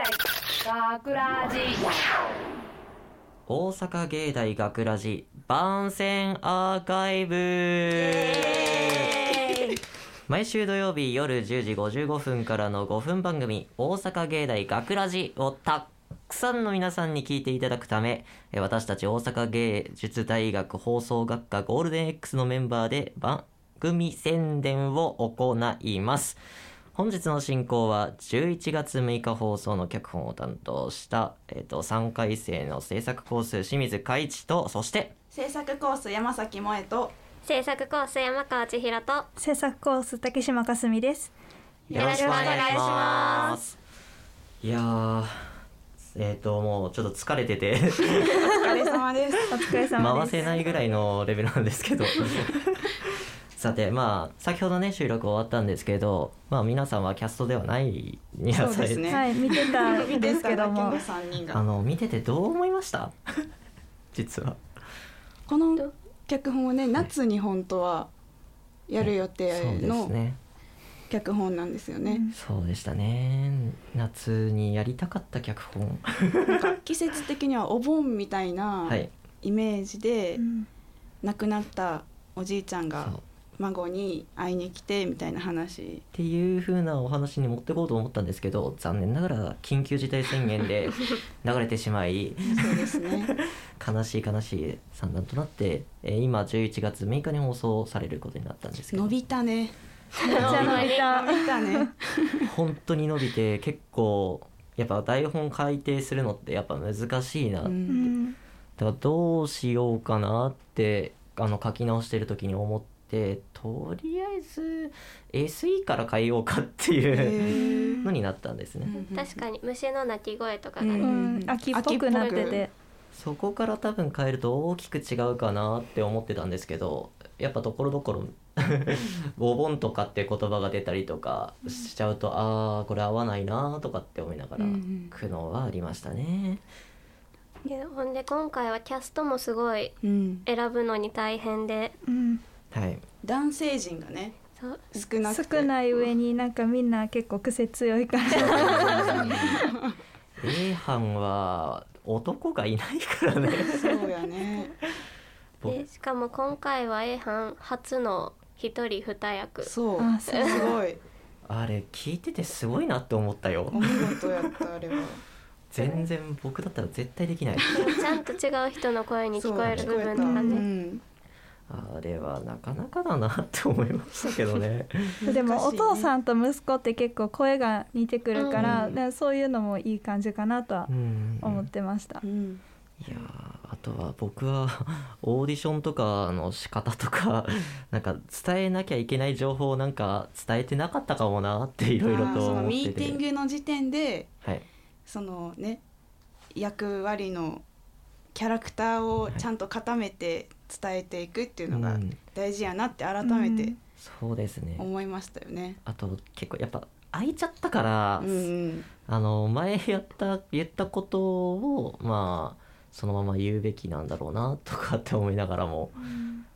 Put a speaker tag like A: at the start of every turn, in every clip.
A: 学ラジ
B: 大阪芸大学ラジ番宣アーカイブ毎週土曜日夜10時55分からの5分番組「大阪芸大学ラジ」をたっくさんの皆さんに聞いていただくためえー私たち大阪芸術大学放送学科ゴールデン X のメンバーで番組宣伝を行います本日の進行は11月6日放送の脚本を担当した、えー、と3回生の制作コース清水海一とそして。
C: 制作コース山崎萌 と
D: 制作コース山川千尋と
E: 制作コース竹島かすみです。
D: よろしくお願いします
B: いやー、えっ、ともうちょっと疲れてて
C: お疲れ様です
E: お疲れ様
B: 回
E: です。
B: せないぐらいのレベルなんです けど。さてまあ先ほどね収録終わったんですけど、まあ皆さんはキャストではない皆さん
C: そうですね
E: はい、見てたんですけども
C: 見てただけの、三人
B: あ
C: が
B: の見ててどう思いました？実は。
C: この脚本をね夏に本当はやる予
B: そう
C: 定
B: です
C: の
B: ね。
C: 脚本なんですよね
B: そうでしたね。夏にやりたかった脚本。
C: なんか季節的にはお盆みたいな
B: はい。
C: イメージで、
E: うん
C: 亡くなったおじいちゃん
B: そう
C: が孫に会いに来てみたいな話
B: っていう風なお話に持ってこうと思ったんですけど残念ながら緊急事態宣言で流れてしまい
C: そうですね
B: 悲しい悲しい算段となって、えー今11月6日に放送されることになったんですけど
C: 伸びた ね
E: めっちゃ伸びた。
C: 伸びたね
B: 本当に伸びて結構やっぱ台本改訂するのってやっぱ難しいな、
C: う
B: だ
E: うんん
B: からどうしようかなってあの書き直してる時に思ってとりあえず SE から変えようかっていう
C: へー
B: のになったんですね。
D: 確かに虫の鳴き声とかが
C: う
E: う
D: ね、
E: ん、秋っぽくなってて、
B: そこから多分変えると大きく違うかなって思ってたんですけどやっぱところどこ ろお盆とかって言葉が出たりとかしちゃうと、ああこれ合わないなとかって思いながら
C: うんうん
B: 苦悩はありましたね。
D: でほんで今回はキャストもすごい
C: うん
D: 選ぶのに大変で
E: うん、
B: はい、
C: 男性陣がね
D: そう
C: 少なくて
E: 少ない上になんかみんな結構癖強いから、
B: A 班は男がいないからね
C: そうやね
B: 僕
D: でしかも今回は A 班初の一人二役
C: そう
E: あ
C: す
E: そう
C: ごい
B: あれ聞いててすごいなって思ったよ
C: お見事やったあれは
B: 全然僕だったら絶対できない
D: ちゃんと違う人の声に聞こえる
C: そう
D: 部分と
C: 聞
D: か
C: こえた
D: ね
B: あれはなかなかだなって思いましたけど ね
C: うん
E: でもお父
C: ん
E: さんと息子って結構声が似てくるから、
B: うん
E: だからそういうのもいい感じかなとは
B: うん
E: 思ってました
C: う。ん
B: いやーあとは僕は オーディションとかの仕方とか なんか伝えなきゃいけない情報をなんか伝えてなかったかもなっていろいろ
C: まあ
B: と
C: その
B: 思っ
C: ミ
B: て
C: ーテ
B: て
C: ィングの時点で
B: はい
C: そのね役割のキャラクターをちゃんと固めて伝えていくっていうの
B: う
C: が
B: ん
C: 大事やなって改めて
B: そうですね
C: 思いましたよね。
B: あと結構やっぱ空いちゃったから、
C: うんうん
B: あの前やった言ったことをまあそのまま言うべきなんだろうなとかって思いながらも、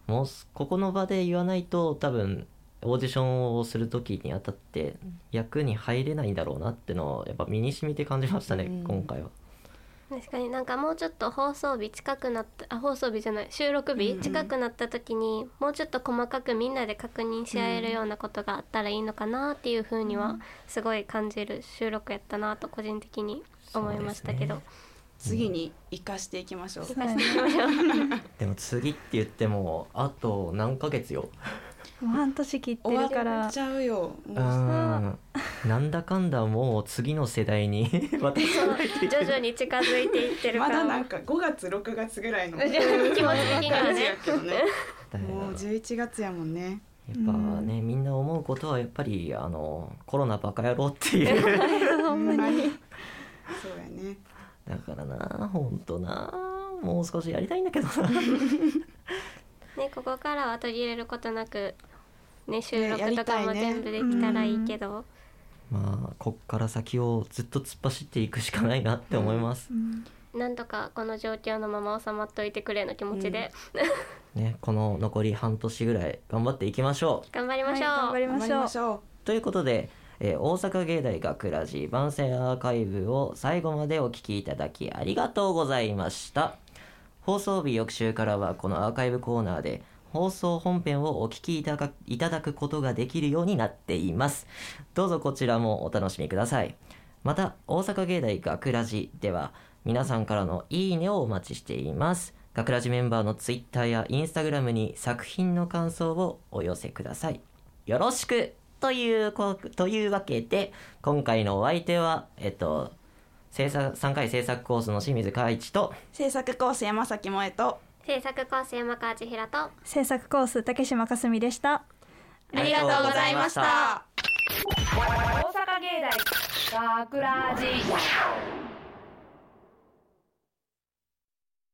B: もうすここの場で言わないと多分オーディションをする時にあたって役に入れないんだろうなってのをやっぱ身に染みて感じましたね、
C: うん
B: 今回は。
D: 確かになんかもうちょっと放送日近くなったあ放送日じゃない収録
C: うんう
D: 日
C: ん
D: 近くなった時にもうちょっと細かくみんなで確認し合えるようなことがあったらいいのかなっていうふうにはすごい感じる収録やったなと個人的に思いましたけど、
B: そう
C: 次に生かしていきましょう。
E: はい
B: でも次って言ってもあと何ヶ月よ。
E: もう半年切って
C: 終
E: るか
C: わ
E: ら
C: っちゃうよ。
B: う
C: も
B: んなんだかんだもう次の世代に 渡さないといけ
D: 徐
B: ない。
D: 々に近づいていって
C: う
D: る
C: ま
D: 感
C: だな
D: は
C: んか5月6月ぐらいの
D: 気持ち的には
C: 感じ
D: ね
C: やけど ね。
B: だよな
C: もう11月やもんね。
B: やっぱね、みんな思うことはやっぱりあのコロナバカ野郎っていう
C: ほんまに。そうやね。
B: だからなほんとなもう少しやりたいんだけどな
D: ねここからは途切れることなくね収
C: ねや
D: 録
C: り
D: と
C: た
D: か
C: い
D: も
C: ね
D: 全部できたらいいけど、
B: まあこっから先をずっと突っ走っていくしかないなって思います、
E: うん
D: なんとかこの状況のまま収まっといてくれの気持ちで
B: ねこの残り半年ぐらい頑張っていきましょう
D: 頑張り
E: は
D: ま
E: い
D: しょう。
E: 頑張りましょう。
C: ょう。
B: ということで、えー大阪芸大学ラジ番宣アーカイブを最後までお聞きいただきありがとうございました放送日翌週からはこのアーカイブコーナーで放送本編をお聞きいただかいただくことができるようになっていますどうぞこちらもお楽しみくださいまた大阪芸大学ラジでは皆さんからのいいねをお待ちしています学ラジメンバーのツイッターやインスタグラムに作品の感想をお寄せくださいよろしくというこというわけで今回のお相手はえっと制作3回制作コースの清水海一と
C: 制作コース山崎萌と
D: 制作コース山川千尋と
E: 制作コース竹島かすみでした
B: ありがとうございました
A: 大阪芸大学ラジ